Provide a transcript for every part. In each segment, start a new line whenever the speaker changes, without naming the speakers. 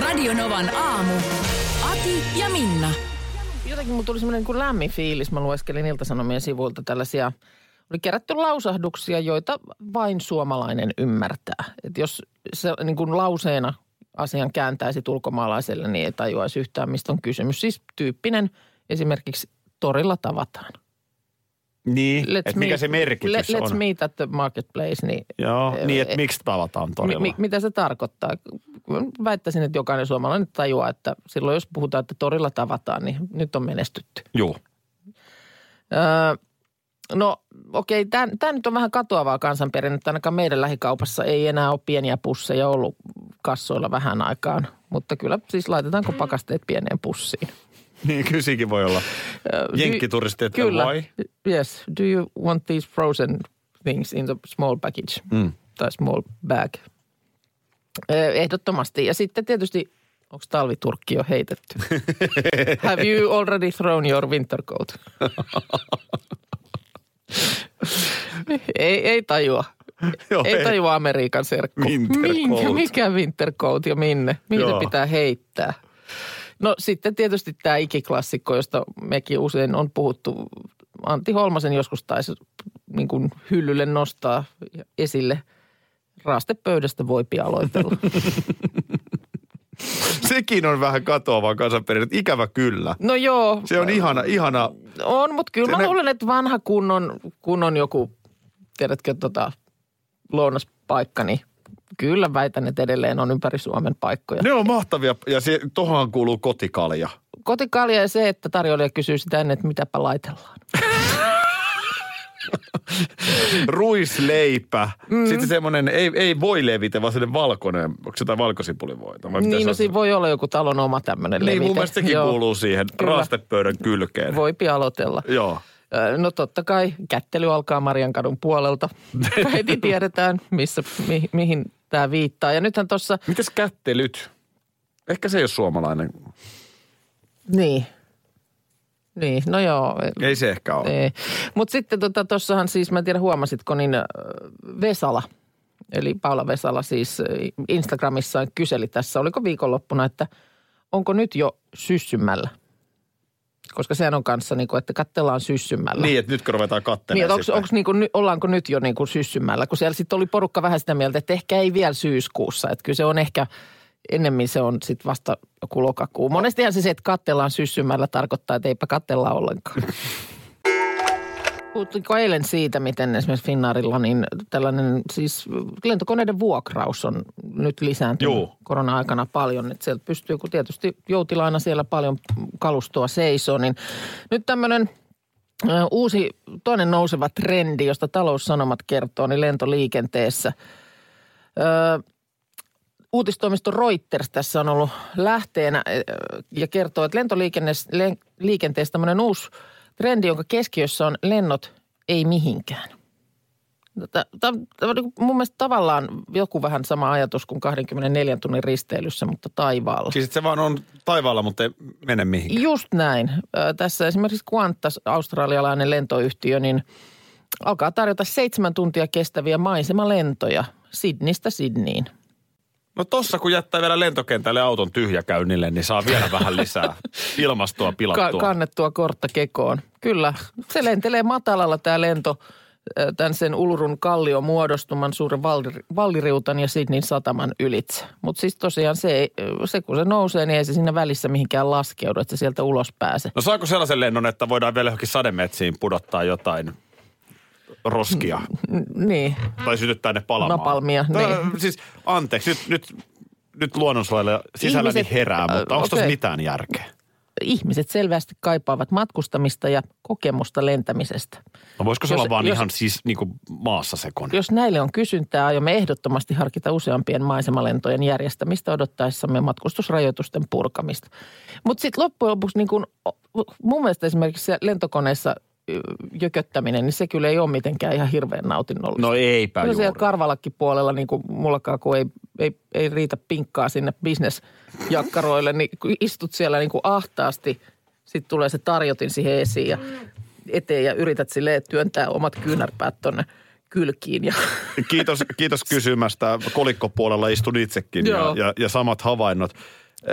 Radionovan aamu. Ati ja Minna.
Jotenkin mulla tuli semmoinen niin kuin lämmin fiilis. Mä lueskelin Ilta-Sanomien sivuilta tällaisia, oli kerätty lausahduksia, joita vain suomalainen ymmärtää. Et jos se niin kuin lauseena asian kääntäisit ulkomaalaiselle, niin ei tajuaisi yhtään, mistä on kysymys. Siis tyyppinen esimerkiksi torilla tavataan.
Niin, että mikä
meet-
se merkitys
le- let's
on.
meet at the marketplace, niin
Joo,
Ö,
niin että
e-
miksi tavataan
mi-
torilla.
mi- mitä se tarkoittaa? Mä Väittäisin, että jokainen suomalainen tajuaa, että silloin jos puhutaan, että torilla tavataan, niin nyt on menestytty.
Joo.
Öö, no okei, okay, tämä nyt on vähän katoavaa kansanperinnettä. Ainakaan meidän lähikaupassa ei enää ole pieniä pusseja ollut kassoilla vähän aikaan. Mutta kyllä siis laitetaanko pakasteet pieneen pussiin?
Niin, kysikin voi olla.
Öö, do-
Jenkkituristit, että
Kyllä.
why?
Yes. Do you want these frozen things in the small package?
Mm.
Tai small bag. Öö, Ehdottomasti. Ja sitten tietysti, onko talviturkki jo heitetty? Have you already thrown your winter coat? ei, ei tajua.
Joo,
ei tajua Amerikan serkku.
Winter coat.
mikä wintercoat ja minne? Mihin se
Joo.
pitää heittää? No sitten tietysti tämä ikiklassikko, josta mekin usein on puhuttu. Antti Holmasen joskus taisi niin kuin hyllylle nostaa esille. Raastepöydästä voi aloitella.
Sekin on vähän katoavaa kansanperinnet, ikävä kyllä.
No joo,
Se on ihana, ihana.
on, mutta kyllä mä
Sinne-
luulen, että vanha kunnon, kunnon joku, tiedätkö, tota, lounaspaikka, niin kyllä väitän, että edelleen on ympäri Suomen paikkoja.
Ne on mahtavia ja se, tohan kuuluu kotikalja.
Kotikalja ja se, että tarjoilija kysyy sitä ennen, että mitäpä laitellaan.
Ruisleipä, mm. sitten semmoinen, ei, ei voi levitä, vaan semmoinen valkoinen, onko se jotain valkosipulivoita? Vai mitä
Niin,
se
no
on?
siinä voi olla joku talon oma tämmöinen
Niin,
levite.
mun mielestä sekin
Joo,
kuuluu siihen
Kyllä.
raastepöydän kylkeen.
Voipi aloitella.
Joo.
Ö, No totta kai, kättely alkaa Mariankadun puolelta. Heti tiedetään, missä, mi, mihin tämä viittaa. Ja nythän tuossa,
Mitäs kättelyt? Ehkä se ei ole suomalainen.
niin, niin, no joo,
Ei se ehkä ole.
Mutta Niin. sitten tuossahan tota, tossahan siis, mä en tiedä huomasitko, niin äh, Vesala, eli Paula Vesala siis äh, Instagramissaan kyseli tässä, oliko viikonloppuna, että onko nyt jo syssymällä? Koska sehän on kanssa niin kuin, että kattellaan syssymällä.
Niin, että nytkö ruvetaan kattelemaan
Niin, että onks,
sitten.
onks niinku, ny- ollaanko nyt jo niinku syssymällä? Kun siellä sitten oli porukka vähän sitä mieltä, että ehkä ei vielä syyskuussa. Että kyllä se on ehkä, ennemmin se on sitten vasta joku lokakuu. Monestihan se se, että kattellaan syssymällä tarkoittaa, että eipä kattella ollenkaan. Puhuttiinko eilen siitä, miten esimerkiksi Finnaarilla niin tällainen siis lentokoneiden vuokraus on nyt lisääntynyt
Juu.
korona-aikana paljon. Että sieltä pystyy, kun tietysti joutilaina siellä paljon kalustoa seisoo, niin nyt tämmöinen – Ö, Uusi toinen nouseva trendi, josta taloussanomat kertoo, niin lentoliikenteessä. Ö, uutistoimisto Reuters tässä on ollut lähteenä ö, ja kertoo, että lentoliikenteessä tämmöinen uusi trendi, jonka keskiössä on lennot ei mihinkään. No, Tämä on niinku mun mielestä tavallaan joku vähän sama ajatus kuin 24 tunnin risteilyssä, mutta taivaalla.
Siis että se vaan on taivaalla, mutta ei mene mihinkään.
Just näin. Ö, Tässä esimerkiksi Qantas, australialainen lentoyhtiö, niin alkaa tarjota seitsemän tuntia kestäviä maisemalentoja Sydneystä Sydneyin.
No tossa kun jättää vielä lentokentälle auton tyhjäkäynnille, niin saa vielä vähän lisää ilmastoa
Ka-
pilattua.
kannettua kortta kekoon. Kyllä, se lentelee matalalla tämä lento ö, tämän sen Ulurun kallion muodostuman suuren valri- valliriutan ja Sydneyn sataman ylitse. Mutta siis tosiaan se, ei- se, kun se nousee, niin ei se siinä välissä mihinkään laskeudu, että se sieltä ulos pääse.
no saako sellaisen lennon, että voidaan vielä johonkin sademetsiin pudottaa jotain roskia
N- Niin,
tai sytyttää ne palamaan?
Napalmia, niin.
Siis anteeksi, nyt, nyt, nyt luonnonsuojelija sisälläni
Ihmiset-
herää, mutta
äh,
onko okay.
okei.
mitään järkeä?
ihmiset selvästi kaipaavat matkustamista ja kokemusta lentämisestä.
No voisiko se
Jos-
olla vaan
jos-
ihan siis niin
niinku
kuin maassa sekon?
Jos näille on kysyntää, aiomme ehdottomasti harkita useampien maisemalentojen järjestämistä odottaessamme matkustusrajoitusten purkamista. Mutta sitten loppujen lopuksi niin kun, o- mun mielestä esimerkiksi se lentokoneessa ö, jököttäminen, niin se kyllä ei ole mitenkään ihan hirveän nautinnollista.
No eipä
Kyllä siellä
juuri.
karvalakki puolella, niin kuin mullakaan, kun ei, ei, ei riitä pinkkaa sinne bisnesjakkaroille, niin kun istut siellä niin kuin ahtaasti, sitten tulee se tarjotin siihen esiin ja eteen ja yrität sille työntää omat kyynärpäät tonne kylkiin. Ja
Kiitos, kiitos kysymästä. Kolikkopuolella istun itsekin ja,
Joo.
ja, ja samat havainnot.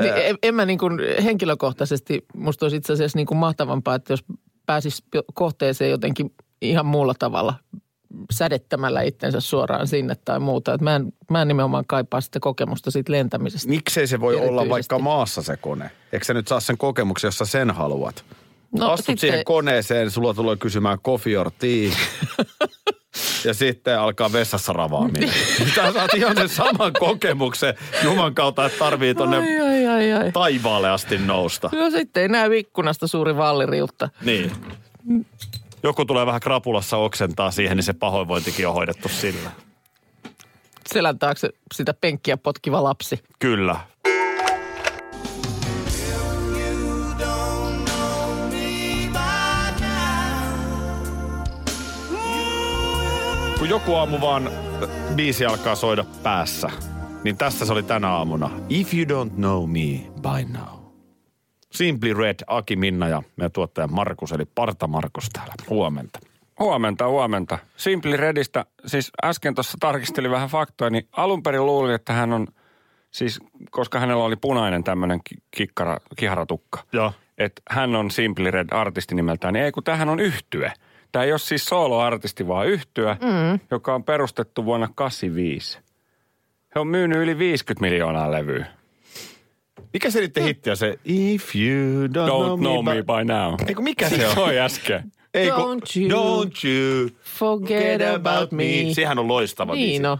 niin en, en mä niin kuin henkilökohtaisesti, musta olisi itse asiassa niin kuin mahtavampaa, että jos pääsis jo- kohteeseen jotenkin ihan muulla tavalla sädettämällä itsensä suoraan sinne tai muuta. Et mä, en, mä en nimenomaan kaipaa sitä kokemusta siitä lentämisestä.
Miksei se voi olla
Erityisesti.
vaikka maassa se kone? Eikö sä nyt saa sen kokemuksen, jos sä sen haluat? No, Astut sitten... siihen
sitten-
koneeseen, sulla tulee kysymään coffee or tea. ja sitten alkaa vessassa ravaaminen. Sä saat ihan sen saman kokemuksen Juman kautta, että tarvii tonne
Ai, ai, ai, ai.
taivaalle asti nousta.
No sitten ei näe ikkunasta suuri valliriutta.
Niin.
Joku tulee vähän krapulassa oksentaa siihen, niin se pahoinvointikin on hoidettu sillä.
Selän taakse sitä penkkiä potkiva lapsi.
Kyllä.
Kun joku aamu vaan biisi alkaa soida päässä, niin tässä se oli tänä aamuna. If you don't know me by now. Simply Red, Aki Minna ja meidän tuottaja Markus, eli Parta Markus täällä. Huomenta.
Huomenta, huomenta. Simpli Redistä, siis äsken tuossa tarkistelin vähän faktoja, niin alun perin luulin, että hän on, siis koska hänellä oli punainen tämmöinen ki- kikkara, kiharatukka,
Joo.
että hän on Simpli Red artisti nimeltään, niin ei kun tämähän on yhtye. Tämä ei ole siis soloartisti, vaan yhtye, mm. joka on perustettu vuonna 85. He on myynyt yli 50 miljoonaa levyä.
Mikä se niiden hitti on se? If you don't,
Don't know me by now.
Eiku, mikä se
Siis
on?
toi äsken.
Ei, ku-
Don't you
don't you
Forget about me.
Sehän on loistava biisi.
Niin no.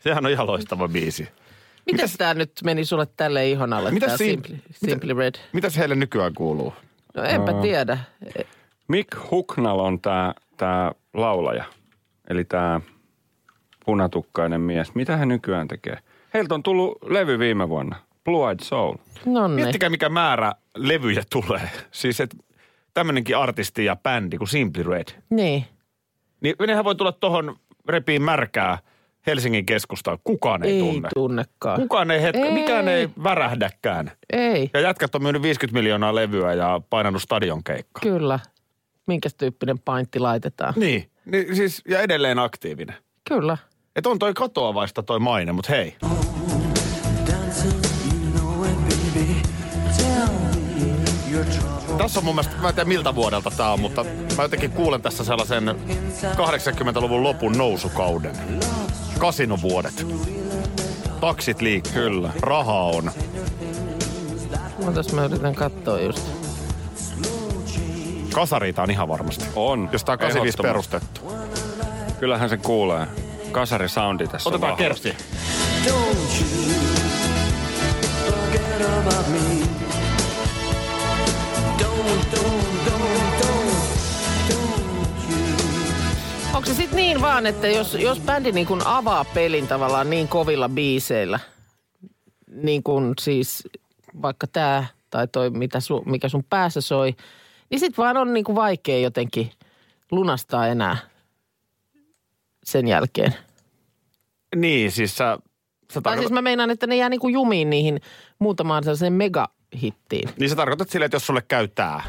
Sehän on ihan loistava biisi.
Mitäs tää nyt meni sulle tälle ihon alle,
Mitäs
tää
Sim-
Simpli, Simpli Red?
Mitäs heille nykyään kuuluu?
No enpä tiedä. E-
Mick Hucknall on tämä tää laulaja, eli tämä punatukkainen mies. Mitä hän nykyään tekee? Heiltä on tullut levy viime vuonna, Blue Eyed Soul.
Nonne.
Miettikää, mikä määrä levyjä tulee. Siis, että tämmöinenkin artisti ja bändi kuin Simply Red.
Niin.
Niin nehän voi tulla tuohon repiin märkää Helsingin keskustaan. Kukaan ei,
Ei
tunne.
tunnekaan.
Kukaan ei hetka,
Ei.
mikään ei värähdäkään.
Ei,
Ja jätkät on myynyt 50 miljoonaa levyä ja painanut stadion keikkaa.
kyllä. Minkäs tyyppinen paintti laitetaan?
Niin. niin. siis, ja edelleen aktiivinen.
Kyllä.
Että on toi katoavaista toi maine, mutta hei. Tässä on mun mielestä, mä en tiedä miltä vuodelta tää on, mutta mä jotenkin kuulen tässä sellaisen 80-luvun lopun nousukauden. Kasinovuodet. Taksit liikkuu. Kyllä. Rahaa on.
Mä tässä mä yritän katsoa just.
Kasariita on ihan varmasti.
On.
Jos tää on 85
Ehdottomasti.
perustettu.
Kyllähän sen kuulee. Kasarisoundi tässä on
Otetaan
vahva.
kersti.
Onko se sitten niin vaan, että jos, jos bändi niin kun avaa pelin tavallaan niin kovilla biiseillä, niin kuin siis vaikka tämä tai toi, mitä su, mikä sun päässä soi, niin sitten vaan on niin kuin vaikea jotenkin lunastaa enää sen jälkeen.
Niin, siis sä... sä
Tai siis mä meinaan, että ne jää niin kuin jumiin niihin muutamaan sellaiseen megahittiin.
Niin sä tarkoitat silleen, että jos sulle käy tää.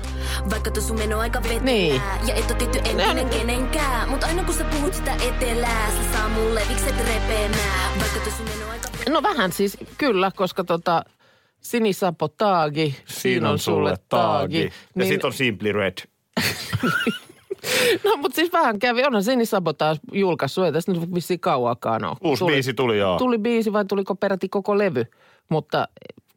Vaikka tos sun meno aika vetää
Niin.
Ja et oo tietty
Ne
entinen
on-
kenenkään Mut aina kun sä puhut sitä etelää Sä saa mun levikset repeämään Vaikka tos sun meno aika vetää
No vähän siis, kyllä, koska tota, sinisapo taagi, siinä on sulle taagi. Niin
Ja sit on Simply Red.
No mutta siis vähän kävi, onhan Sini Sabotage julkaissut, ei tässä nyt vissiin kauaakaan ole.
Uusi tuli. biisi tuli joo.
Tuli biisi vai tuliko peräti koko levy, mutta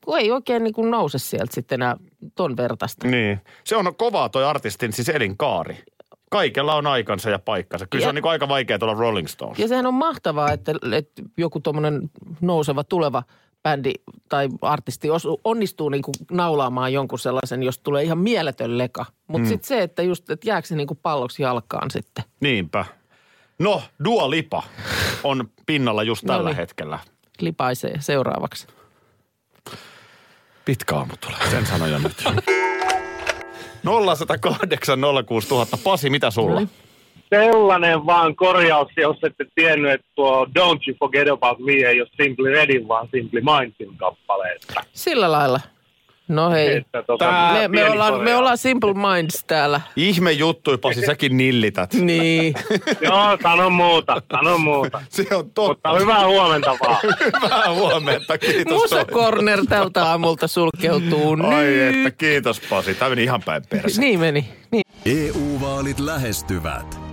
kun ei oikein niin kuin nouse sieltä sitten enää ton vertaista.
Niin. Se on kovaa toi artistin siis elinkaari. Kaikella on aikansa ja paikkansa. Kyllä ja. se
Ja-
on niinku aika vaikea tuolla Rolling Stones. Ja.
Ja sehän on mahtavaa, että, että joku tuommoinen nouseva tuleva bändi tai artisti osu, onnistuu niin kuin naulaamaan jonkun sellaisen, jos tulee ihan mieletön leka. Mutta mm. sitten se, että just, että jääkö se niin kuin palloksi jalkaan sitten.
Niinpä. No, Dua Lipa on pinnalla just tällä
Noniin.
hetkellä.
Lipaisee seuraavaksi.
Pitkä aamu tulee, sen sanoin jo nyt. 0108 06000. Pasi, mitä
No
sulla?
niin.
sellainen vaan korjaus, jos ette tiennyt, että tuo Don't You Forget About Me ei ole Simply Redin, vaan Simply Mindsin kappaleesta.
Sillä lailla. No hei.
Että tota,
Tää
Me, me,
pieni
ollaan, me
korjaus.
ollaan Simple Minds täällä.
Ihme juttui, Pasi, säkin nillität.
Niin.
Joo, sano muuta, sano muuta.
Se on totta.
Mutta hyvää huomenta vaan.
Hyvää huomenta, kiitos.
Musa Corner tältä aamulta sulkeutuu
Ai
nyt.
että, kiitos Pasi. Tämä meni ihan päin perse.
Niin meni. Niin.
EU-vaalit E lähestyvät.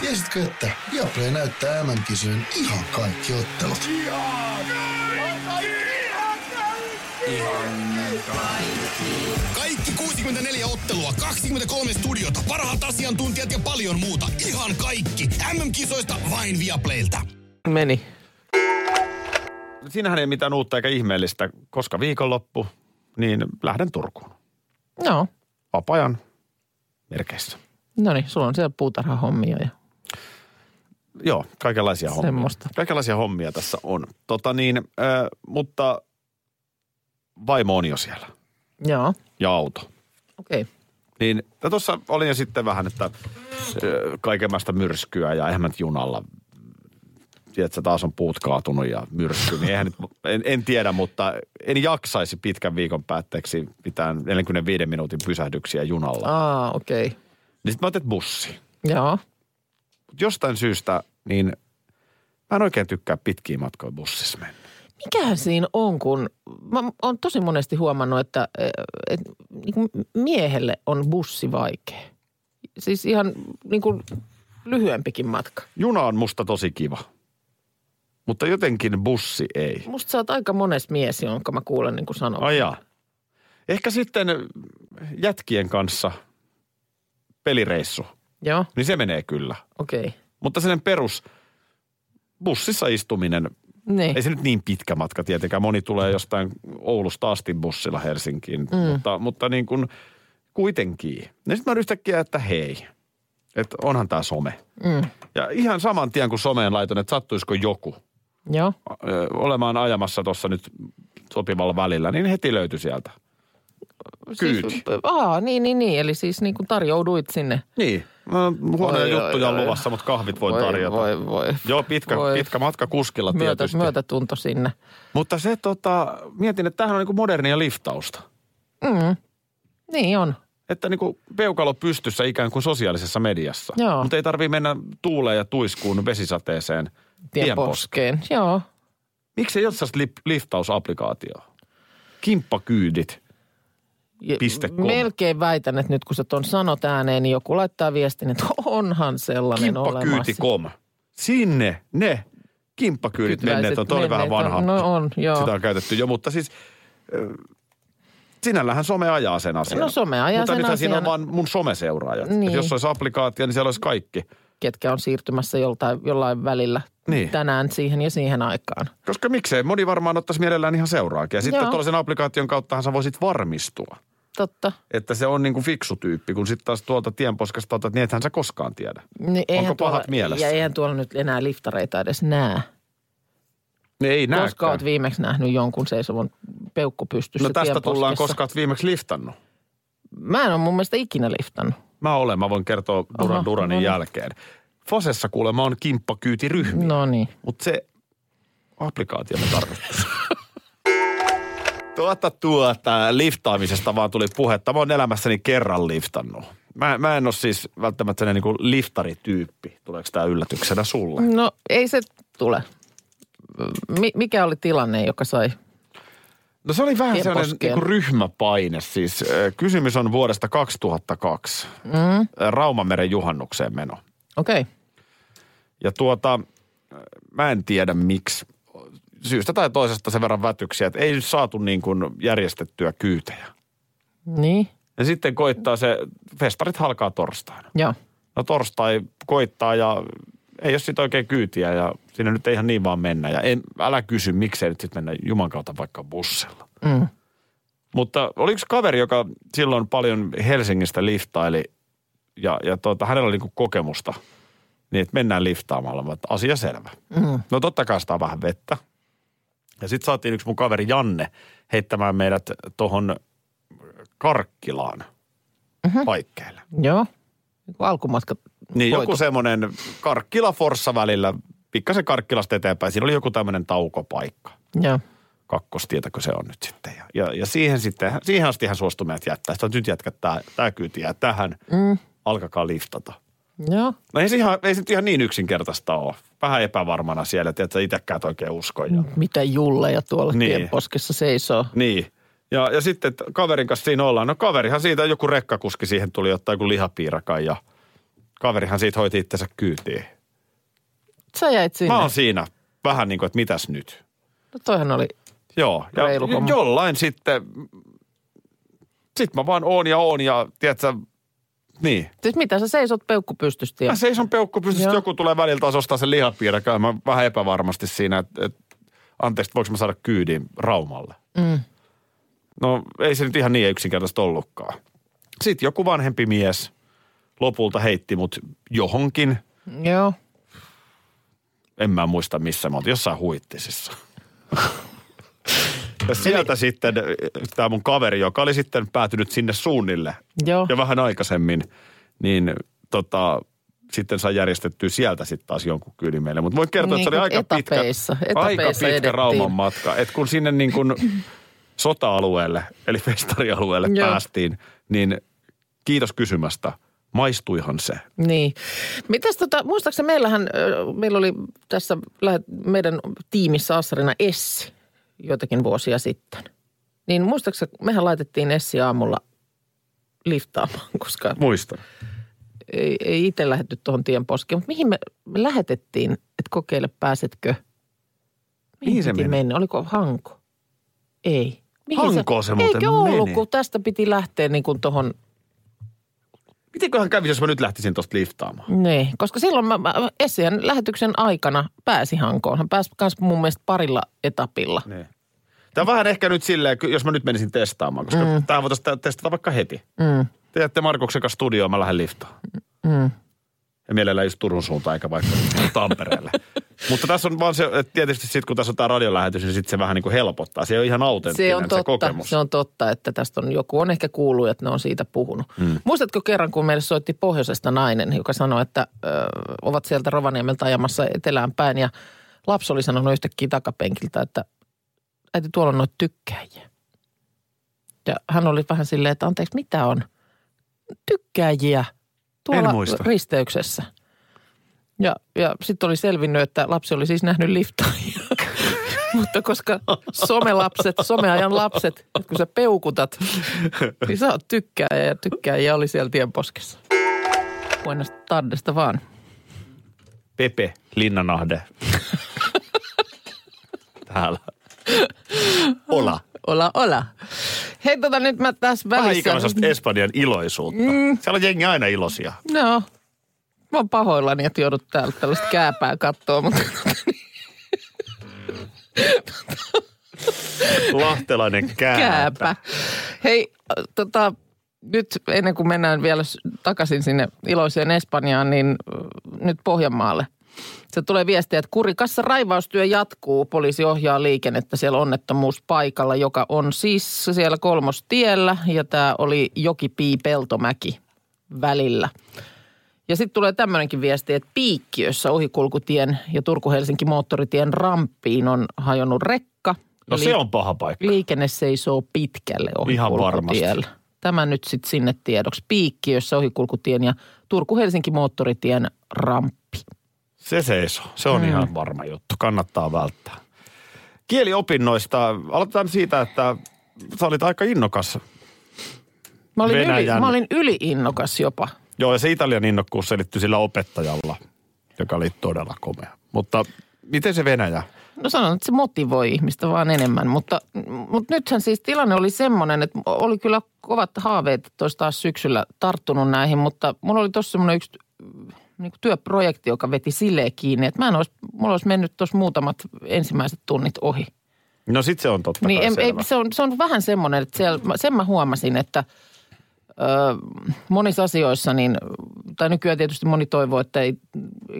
Tiesitkö, että Viaplay näyttää MM-kisojen ihan kaikki ottelut?
Kaikki 64 ottelua, 23 studiota, parhaat asiantuntijat ja paljon muuta. Ihan kaikki. MM-kisoista vain Viaplaylta.
Meni.
Niin. Siinähän ei mitään uutta eikä ihmeellistä. Koska viikonloppu, niin lähden Turkuun.
No.
Vapaa-ajan merkeissä.
No niin, sulla on siellä puutarhahommia ja
Joo, kaikenlaisia hommia.
Semmoista.
Kaikenlaisia hommia tässä on. Tota niin, äh, mutta vaimo on jo siellä
joo,
ja auto.
okei. Okay.
Niin, ja tuossa olin jo sitten vähän, että ö, kaikenlaista myrskyä ja eihän mä nyt junalla, tiedätkö, taas on puut kaatunut ja myrsky, niin eihän nyt, en, en tiedä, mutta en jaksaisi pitkän viikon päätteeksi mitään 45 minuutin pysähdyksiä junalla.
Aa, okei. Okay.
Niin sitten mä otin bussi.
Joo,
Mut jostain syystä, niin mä en oikein tykkää pitkiä matkoja bussissa mennä.
Mikähän siinä on, kun mä oon tosi monesti huomannut, että, että niin kuin miehelle on bussi vaikea. Siis ihan niin kuin lyhyempikin matka.
Juna on musta tosi kiva, mutta jotenkin bussi ei.
Musta sä oot aika mones mies, jonka mä kuulen niin kuin sanoa.
Ajaa. Ehkä sitten jätkien kanssa pelireissu,
Joo,
niin se menee kyllä.
okei. Okay.
Mutta sellainen perus bussissa istuminen,
Niin.
ei se nyt niin pitkä matka tietenkään. Moni tulee jostain Oulusta asti bussilla Helsinkiin, mm. mutta, mutta niin kuin kuitenkin. Ja sitten mä oon yhtäkkiä, että hei, että onhan tämä some.
Mm.
Ja ihan saman tien kun someen laitoin, että sattuisiko joku –
Joo,
ö, olemaan ajamassa tuossa nyt sopivalla välillä, niin heti löytyi sieltä. Kyyti.
Siis, aa, niin, niin, niin. Eli siis niin kuin tarjouduit sinne.
Niin. No, huonoja
Voi,
juttuja
oi,
on
oi.
luvassa, mutta kahvit voi, tarjota.
Voi, voi.
Joo, pitkä,
voi.
pitkä matka kuskilla
Myötä,
tietysti.
myötätunto sinne.
Mutta se tota, mietin, että tämähän on niinku modernia liftausta.
Mm. Niin on.
Että niinku peukalo pystyssä ikään kuin sosiaalisessa mediassa.
Joo.
Mutta ei tarvii mennä tuuleen ja tuiskuun vesisateeseen tienposkeen.
Tienposkeen. Joo.
Miksi ei ole sellaista lip- liftausaplikaatioa? Kimppakyydit.
Ja
Piste com.
Melkein väitän, että nyt kun sä ton sanot ääneen, niin joku laittaa viestin, että onhan sellainen olemassa.
Kimppakyyti.com. Sinne ne kimppakyydit
Kytväiset
menneet on. Tuo oli vähän
menneet
vanha.
on. No on, joo.
Sitä on käytetty jo, mutta siis ö, sinällähän some ajaa sen asian.
No some ajaa
mutta
sen
nythän siinä on
asian.
vaan mun someseuraajat.
Niin.
Niin. Jos olisi applikaatio, niin siellä olisi kaikki.
Ketkä on siirtymässä joltain, jollain välillä
Niin.
tänään siihen ja siihen aikaan.
Koska miksei? Moni varmaan ottaisi mielellään ihan seuraakin. Ja sitten
Joo.
tuollaisen applikaation kauttahan sä voisit varmistua,
Totta.
että se on niin kuin fiksu tyyppi. Kun sitten taas tuolta tienposkasta otat, niin ethän sä koskaan tiedä.
Niin
Onko pahat mielessä?
Ja eihän tuolla nyt enää liftareita edes näe.
Ne ei näe.
Koska oot viimeksi nähnyt jonkun seisovan peukku pystyssä
No tästä
tienposkessa?
tullaan, koska oot viimeksi liftannut.
Mä en ole mun mielestä ikinä liftannut.
Mä olen, mä voin kertoa Duran
Oho,
Duranin
no niin.
jälkeen. Fosessa kuulemma on kimppakyytiryhmiä,
No niin.
mutta se applikaatio me tarkoittaa. tuota tuota, liftaamisesta vaan tuli puhetta. Mä oon elämässäni kerran liftannut. Mä, mä en ole siis välttämättä niin kuin liftarityyppi. Tuleeko tämä yllätyksenä sulle?
No ei se tule. Mi- mikä oli tilanne, joka sai?
No se oli vähän
Tien
sellainen
poskeen.
niin kuin ryhmäpaine. Siis äh, kysymys on vuodesta 2002. Mm. Raumameren juhannukseen meno.
Okei. Okay.
Ja tuota, äh, mä en tiedä miksi. Syystä tai toisesta sen verran vätyksiä, että ei saatu niin kuin järjestettyä kyytejä.
Niin.
Ja sitten koittaa se, festarit halkaa torstaina.
Joo.
No torstai koittaa ja ei ole sitten oikein kyytiä ja siinä nyt ei ihan niin vaan mennä. Ja en, älä kysy, miksei nyt sitten mennä Juman kautta vaikka bussilla.
Mm.
Mutta oli yksi kaveri, joka silloin paljon Helsingistä liftaili ja, ja tuota, hänellä oli niinku kokemusta. Niin, että mennään liftaamalla, mutta asia selvä. Mm. No totta kai sitä on vähän vettä. Ja sitten saatiin yksi mun kaveri Janne heittämään meidät tuohon Karkkilaan mm-hmm. paikkeelle.
Joo. Joku alkumatka.
Niin
hoitu.
joku semmoinen Karkkila-Forssa välillä, pikkasen Karkkilasta eteenpäin. Siinä oli joku tämmöinen taukopaikka.
Joo.
Kakkostietäkö se on nyt sitten. Ja, ja, ja siihen, sitten, siihen asti hän suostui meidät jättää. Sitä nyt jätkä tämä, tämä kyyti jää tähän. Mm. Alkakaa liftata.
Joo.
No ei se, ihan, ei se nyt ihan niin yksinkertaista ole. Vähän epävarmana siellä, tiedätkö, itsekään et oikein usko. Ja,
Mitä julleja tuolla
Niin.
niin. tienposkessa seisoo.
Niin. Ja, ja sitten että kaverin kanssa siinä ollaan. No kaverihan siitä, joku rekkakuski siihen tuli ottaa joku lihapiirakan ja kaverihan siitä hoiti itsensä kyytiin.
Sä jäit sinne.
Mä oon siinä vähän niin kuin, että mitäs nyt.
No toihan oli.
Joo, ja
Reilu homma.
jollain sitten, sit mä vaan oon ja oon ja tiedätkö, niin.
Siis mitä sä seisot peukku pystysti?
Mä seison peukku pystyssä,
Joo.
joku tulee välillä taas ostaa sen lihapiirakan. Mä vähän epävarmasti siinä, että et, anteeksi, voiko mä saada kyydin Raumalle. Mm. No ei se nyt ihan niin yksinkertaista ollutkaan. Sitten joku vanhempi mies lopulta heitti mut johonkin.
Joo.
En mä muista missä mä oltiin, jossain huittisissa. Ja sieltä sitten tämä mun kaveri, joka oli sitten päätynyt sinne suunnille
Joo.
ja vähän aikaisemmin, niin tota, sitten sai järjestettyä sieltä sitten taas jonkun kyydin meille. Mutta voin kertoa,
Niin
että se oli
kuin
aika pitkä,
etapeissa-
aika
etapeissa
pitkä
edettiin.
Rauman matka. Et kun sinne niin kuin sota-alueelle, eli festarialueelle
Joo.
päästiin, niin kiitos kysymästä. Maistuihan se.
Niin. Mitäs tota, muistaakseni meillähän, ö, meillä oli tässä lähe- meidän tiimissä Assarina Essi joitakin vuosia sitten. Niin muistaakseni, mehän laitettiin Essi aamulla liftaamaan, koska
Muistan.
ei, ei itse lähetty tuohon tien poskeen. Mutta mihin me, me lähetettiin, että kokeile pääsetkö?
Mihin se
piti
meni?
mennä? Oliko Hanko? Ei.
Hankoon se muuten
Eikö ollut,
meni.
kun tästä piti lähteä niin kuin tuohon
Mitenköhän kävi, jos mä nyt lähtisin tuosta liftaamaan?
Niin, koska silloin mä, mä Essien lähetyksen aikana pääsi Hankoon. Hän pääsi myös mun mielestä parilla etapilla.
Niin. Tämä on vähän ehkä nyt silleen, ky- jos mä nyt menisin testaamaan, koska mm. tämä voitaisiin te- testata vaikka heti.
Mm.
Tiedätte Markuksen kanssa studioon, mä lähden liftaan. Mm. Ja mielellään just Turun suuntaan, eikä vaikka Tampereelle. Mutta tässä on vaan se, että tietysti sitten kun tässä on tämä radiolähetys, niin sitten se vähän niin kuin helpottaa. Se on ihan autenttinen
Se
se,
on totta,
kokemus.
se on totta, että tästä on joku on ehkä kuullut, että ne on siitä puhunut. Mm. Muistatko kerran, kun meille soitti pohjoisesta nainen, joka sanoi, että ö, ovat sieltä Rovaniemeltä ajamassa etelään päin ja lapsi oli sanonut yhtäkkiä takapenkiltä, että äiti tuolla on noita tykkääjiä. Ja hän oli vähän silleen, että anteeksi, mitä on? Tykkääjiä tuolla
En muista.
risteyksessä. Ja, ja sitten oli selvinnyt, että lapsi oli siis nähnyt liftaajia. Mutta koska somelapset, someajan lapset, nyt kun sä peukutat, niin sä oot tykkääjä ja tykkääjä oli siellä tienposkessa. Buenas tardesta vaan.
Pepe Linnanahde. Täällä. Ola.
Ola, ola. Hei tota nyt mä tässä
Vähän
välissä.
ikävä sellaista Espanjan iloisuutta. Mm. Siellä on jengi aina iloisia.
No, mä oon pahoillani, että joudut täällä tällaista kääpää kattoo, mutta
Lahtelainen kääntä.
kääpä. Hei, äh, tota, nyt ennen kuin mennään vielä s- takaisin sinne iloiseen Espanjaan, niin äh, nyt Pohjanmaalle. Se tulee viestiä, että kurikassa raivaustyö jatkuu. Poliisi ohjaa liikennettä siellä onnettomuuspaikalla, joka on siis siellä kolmostiellä. Ja tämä oli Jokipiipeltomäki välillä. Ja sitten tulee tämmöinenkin viesti, että Piikkiössä ohikulkutien ja Turku-Helsinki moottoritien ramppiin on hajonnut rekka.
No
Eli
se on paha paikka.
Liikenne seisoo pitkälle
Ihan
ohikulkutiellä. Tämä nyt sitten sinne tiedoksi. Piikkiössä ohikulkutien ja Turku-Helsinki moottoritien ramppi.
Se seisoo. Se
Mm.
on ihan varma juttu. Kannattaa välttää. Kieliopinnoista. Aloitetaan siitä, että sä olit aika innokas.
Mä olin, yli,
Venäjän-
mä olin yliinnokas jopa.
Joo, ja se italian innokkuus selittyi sillä opettajalla, joka oli todella komea. Mutta miten se Venäjä?
No sanon, että se motivoi ihmistä vaan enemmän, mutta, mutta nythän siis tilanne oli semmoinen, että oli kyllä kovat haaveet, että olisi taas syksyllä tarttunut näihin, mutta mulla oli tuossa semmoinen yksi niin kuin työprojekti, joka veti silleen kiinni, että mä en olisi, mulla olisi mennyt tuossa muutamat ensimmäiset tunnit ohi.
No sit se on totta
Niin
kai
en, ei,
selvä.
se, on, se on vähän semmoinen, että siellä, mä- sen mä huomasin, että ö, monissa asioissa, niin, tai nykyään tietysti moni toivoo, että ei,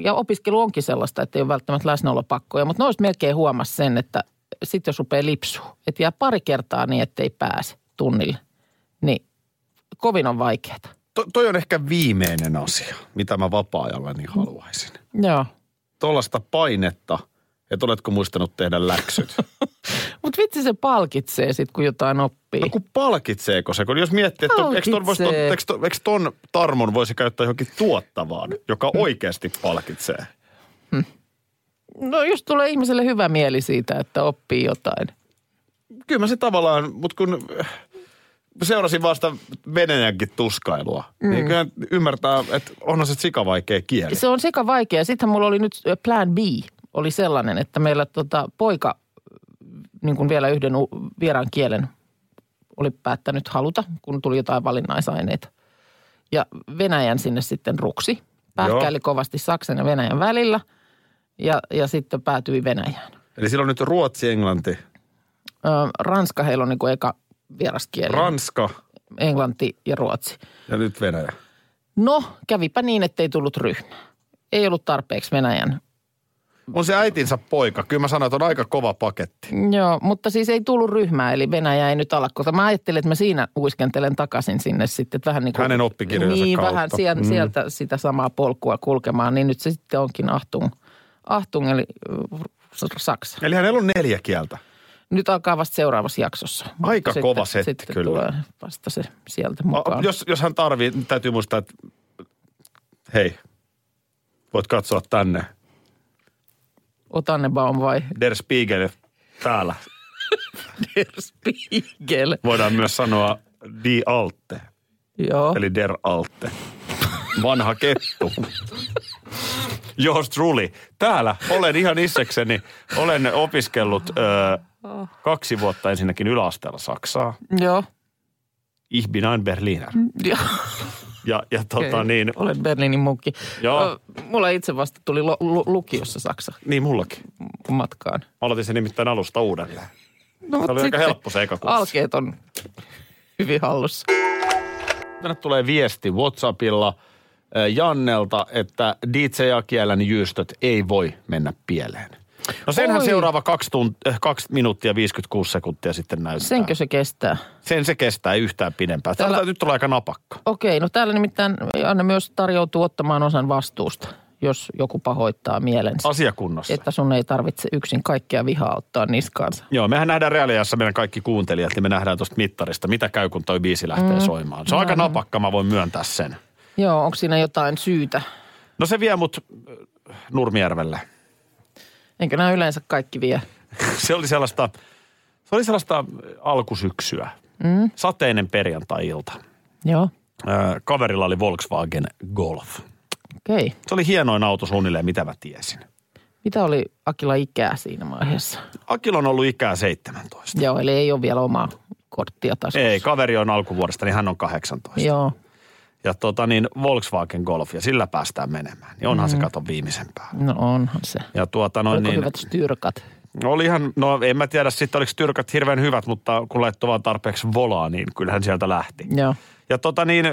ja opiskelu onkin sellaista, että ei ole välttämättä läsnäolopakkoja, mutta noista melkein huomasi sen, että sitten jos rupeaa lipsua, että jää pari kertaa niin, ettei pääse tunnille, niin kovin on vaikeaa.
To, toi on ehkä viimeinen asia, mitä mä vapaa-ajallani haluaisin.
Joo.
Tuollaista painetta, että oletko muistanut tehdä läksyt.
Mutta vitsi se palkitsee sitten, kun jotain oppii.
No kun palkitseeko se? Kun jos miettii, että eikö ton, vois ton,
Niin Palkitsee.
eikö ton, eikö ton tarmon voisi käyttää johonkin tuottavaan, joka
Hmm.
oikeasti palkitsee.
No jos tulee ihmiselle hyvä mieli siitä, että oppii jotain.
Kyllä mä se tavallaan, mutta kun äh, seurasin vasta Venäjänkin tuskailua, mm. niin kyllä ymmärtää, että onhan se sikavaikea kieli.
Hmm. Se on sekä vaikea. Sitten mulla oli nyt ö, plan B oli sellainen, että meillä tota, poika niin kuin vielä yhden u- vieraan kielen oli päättänyt haluta, kun tuli jotain valinnaisaineita. Ja Venäjän sinne sitten ruksi. Pähkäili kovasti Saksan ja Venäjän välillä ja, ja sitten päätyi Venäjään.
Eli silloin nyt ruotsi, englanti,
Ö, Ranska heillä on niin kuin eka vieraskieli.
ranska
Englanti ja ruotsi.
ja nyt Venäjä.
No, kävipä niin, ettei tullut ryhmää. Ei ollut tarpeeksi Venäjän
On se äitinsä poika. Kyllä mä sanoin, että on aika kova paketti.
Joo, mutta siis ei tullut ryhmää, eli Venäjä ei nyt ala, koska mä ajattelin, että mä siinä uiskentelen takaisin sinne sitten, että vähän niin kuin...
Hänen oppikirjojensa
Niin,
kautta.
vähän sieltä, mm. sieltä sitä samaa polkua kulkemaan, niin nyt se sitten onkin Ahtung, Ahtung eli äh, Saksa.
Eli hänellä on neljä kieltä.
Nyt alkaa vasta seuraavassa jaksossa. Mutta
Aika
sitten,
kova setti
sitten
kyllä.
tulee vasta se sieltä mukaan.
A- Jos, jos hän tarvii, niin täytyy muistaa, että hei, voit katsoa tänne.
Otannebaum vai
Der Spiegel täällä.
Der Spiegel?
Voidaan myös sanoa Die Alte,
Joo.
eli Der Alte. Vanha kettu. Yours truly. Täällä olen ihan issekseni. Olen opiskellut ö, kaksi vuotta ensinnäkin yläasteella Saksaa.
Joo.
Ich bin ein Berliner.
Joo.
Ja, ja tota
Okei.
niin,
Olen Berliinin munkki.
Joo.
Ö, Mulla itse vasta tuli lu- lu- lukiossa Saksa
niin mullakin.
matkaan.
Mä aloitin sen nimittäin alusta uudelleen.
No,
Se
mut
oli aika
sitten
helppo se eka kurssi.
Alkeet on hyvin hallussa.
Tänne tulee viesti Whatsappilla äh, Jannelta, että DJ Akielän jyystöt ei voi mennä pieleen. No senhän
Oi.
Oi. seuraava kaksi, tunt- äh, kaksi minuuttia 56 sekuntia sitten näyttää.
Senkö se kestää?
Sen se kestää ei yhtään pidempään. Täällä...
Täällä-
Tämä nyt olla aika napakka.
Okei, no täällä nimittäin Anne myös tarjoutuu ottamaan osan vastuusta, jos joku pahoittaa mielensä.
Asiakunnassa. Et...
Että sun ei tarvitse yksin kaikkea vihaa ottaa niskaansa.
Joo, mehän nähdään reaaliajassa meidän kaikki kuuntelijat, niin me nähdään tuosta mittarista, mitä käy, kun toi biisi lähtee mm. soimaan. Se on aika napakka, mä voin myöntää sen.
Joo, onko siinä jotain syytä?
No se vie mut äh, Nurmijärvelle.
Enkö nämä yleensä kaikki vie?
se oli sellaista, se oli sellaista äh, alkusyksyä. Mm. Sateinen perjantai-ilta.
Joo,
Ö, Kaverilla oli Volkswagen Golf.
okei.
Se oli hienoin auto suunnilleen, mitä mä tiesin.
Mitä oli Akilla ikää siinä vaiheessa?
Akilla on ollut ikää 17.
Joo, eli ei ole vielä omaa korttia taskussa.
Ei, kaveri on alkuvuodesta, niin hän on 18.
Joo,
Ja tota niin, Volkswagen Golf, ja sillä päästään menemään. Niin onhan mm. se kato viimeisen päällä.
no onhan se.
Ja tuota noin
Oliko
niin,
hyvät styrkat?
oli ihan, no en mä tiedä sitten oliko tyrkät hirveän hyvät, mutta kun laittoi vaan tarpeeksi volaa, niin kyllähän sieltä lähti.
Joo.
Ja tota niin,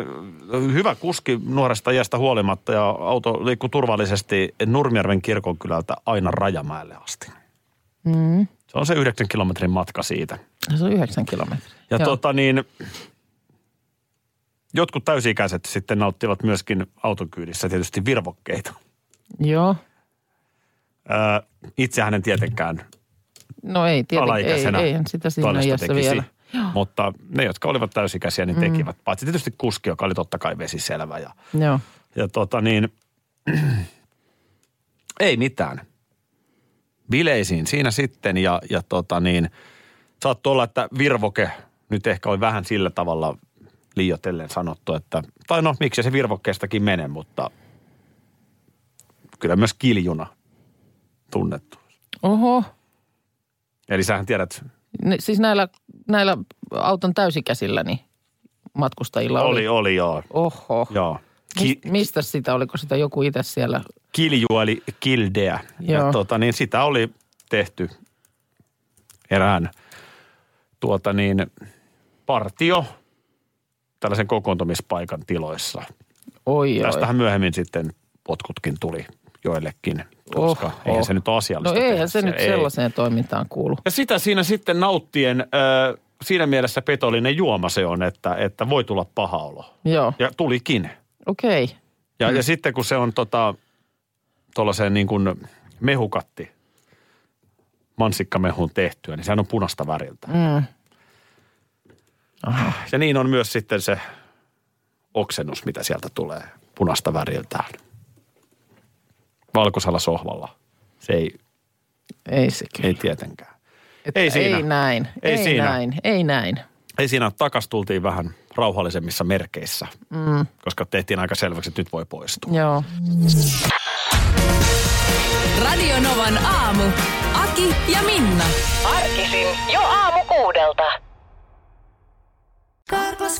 hyvä kuski nuoresta iästä huolimatta ja auto liikkui turvallisesti Nurmijärven kirkonkylältä aina Rajamäelle asti.
Mm.
Se on se yhdeksän kilometrin matka siitä.
Se on yhdeksän kilometriä.
Ja
Joo.
tota niin, Jotkut täysikäiset sitten nauttivat myöskin autokyydissä tietysti virvokkeita.
Joo.
Öö, itsehän en tietenkään
No ei, tietenkin. Ei,
alaikäisenä
eihän sitä siinä
tällaista
iässä vielä. Mm.
Mutta ne, jotka olivat täysikäisiä, niin tekivät. Paitsi tietysti kuski, joka oli totta kai vesiselvä. Ja,
Joo.
ja tota niin, ei mitään. Bileisiin siinä sitten ja, ja tota niin, saattoi olla, että virvoke nyt ehkä oli vähän sillä tavalla liioitellen sanottu, että, tai no miksi se virvokkeestakin mene, mutta kyllä myös kiljuna tunnettu.
Oho.
Eli sähän tiedät,
Ne, siis näillä, näillä auton täysikäsillä niin matkustajilla oli.
oli, oli joo.
Oho.
Joo. Ki-
Ki- Mistä sitä, oliko sitä joku itse siellä?
kilju eli kildeä. Ja
Joo.
tota, niin sitä oli tehty erään tuota niin, partio tällaisen kokoontumispaikan tiloissa.
Oi, oi.
Tästähän myöhemmin sitten potkutkin tuli joillekin, koska
Oho.
eihän se nyt ole
No
asiallista. tehdä
eihän se nyt
ei.
sellaiseen toimintaan kuulu.
Ja sitä siinä sitten nauttien, ö, siinä mielessä petollinen juoma se on, että, että voi tulla paha olo.
Joo,
Ja tulikin.
okei. Okay.
Ja, ja sitten kun se on tota, tuollaiseen niin kuin mehukatti mansikkamehuun tehtyä, niin sehän on punasta väriltä.
Mm.
Ja niin on myös sitten se oksennus, mitä sieltä tulee punasta väriltään. Valkoisella sohvalla. Se ei,
Ei se kyllä.
ei tietenkään. ei siinä.
Ei näin.
Ei
Ei,
siinä.
näin. Ei näin.
Ei siinä takas tultiin vähän rauhallisemmissa merkeissä, mm. koska tehtiin aika selväksi, että nyt voi poistua.
Joo.
Radio Novan aamu. Aki ja Minna.
Arkisin jo aamu kuudelta.
Karklas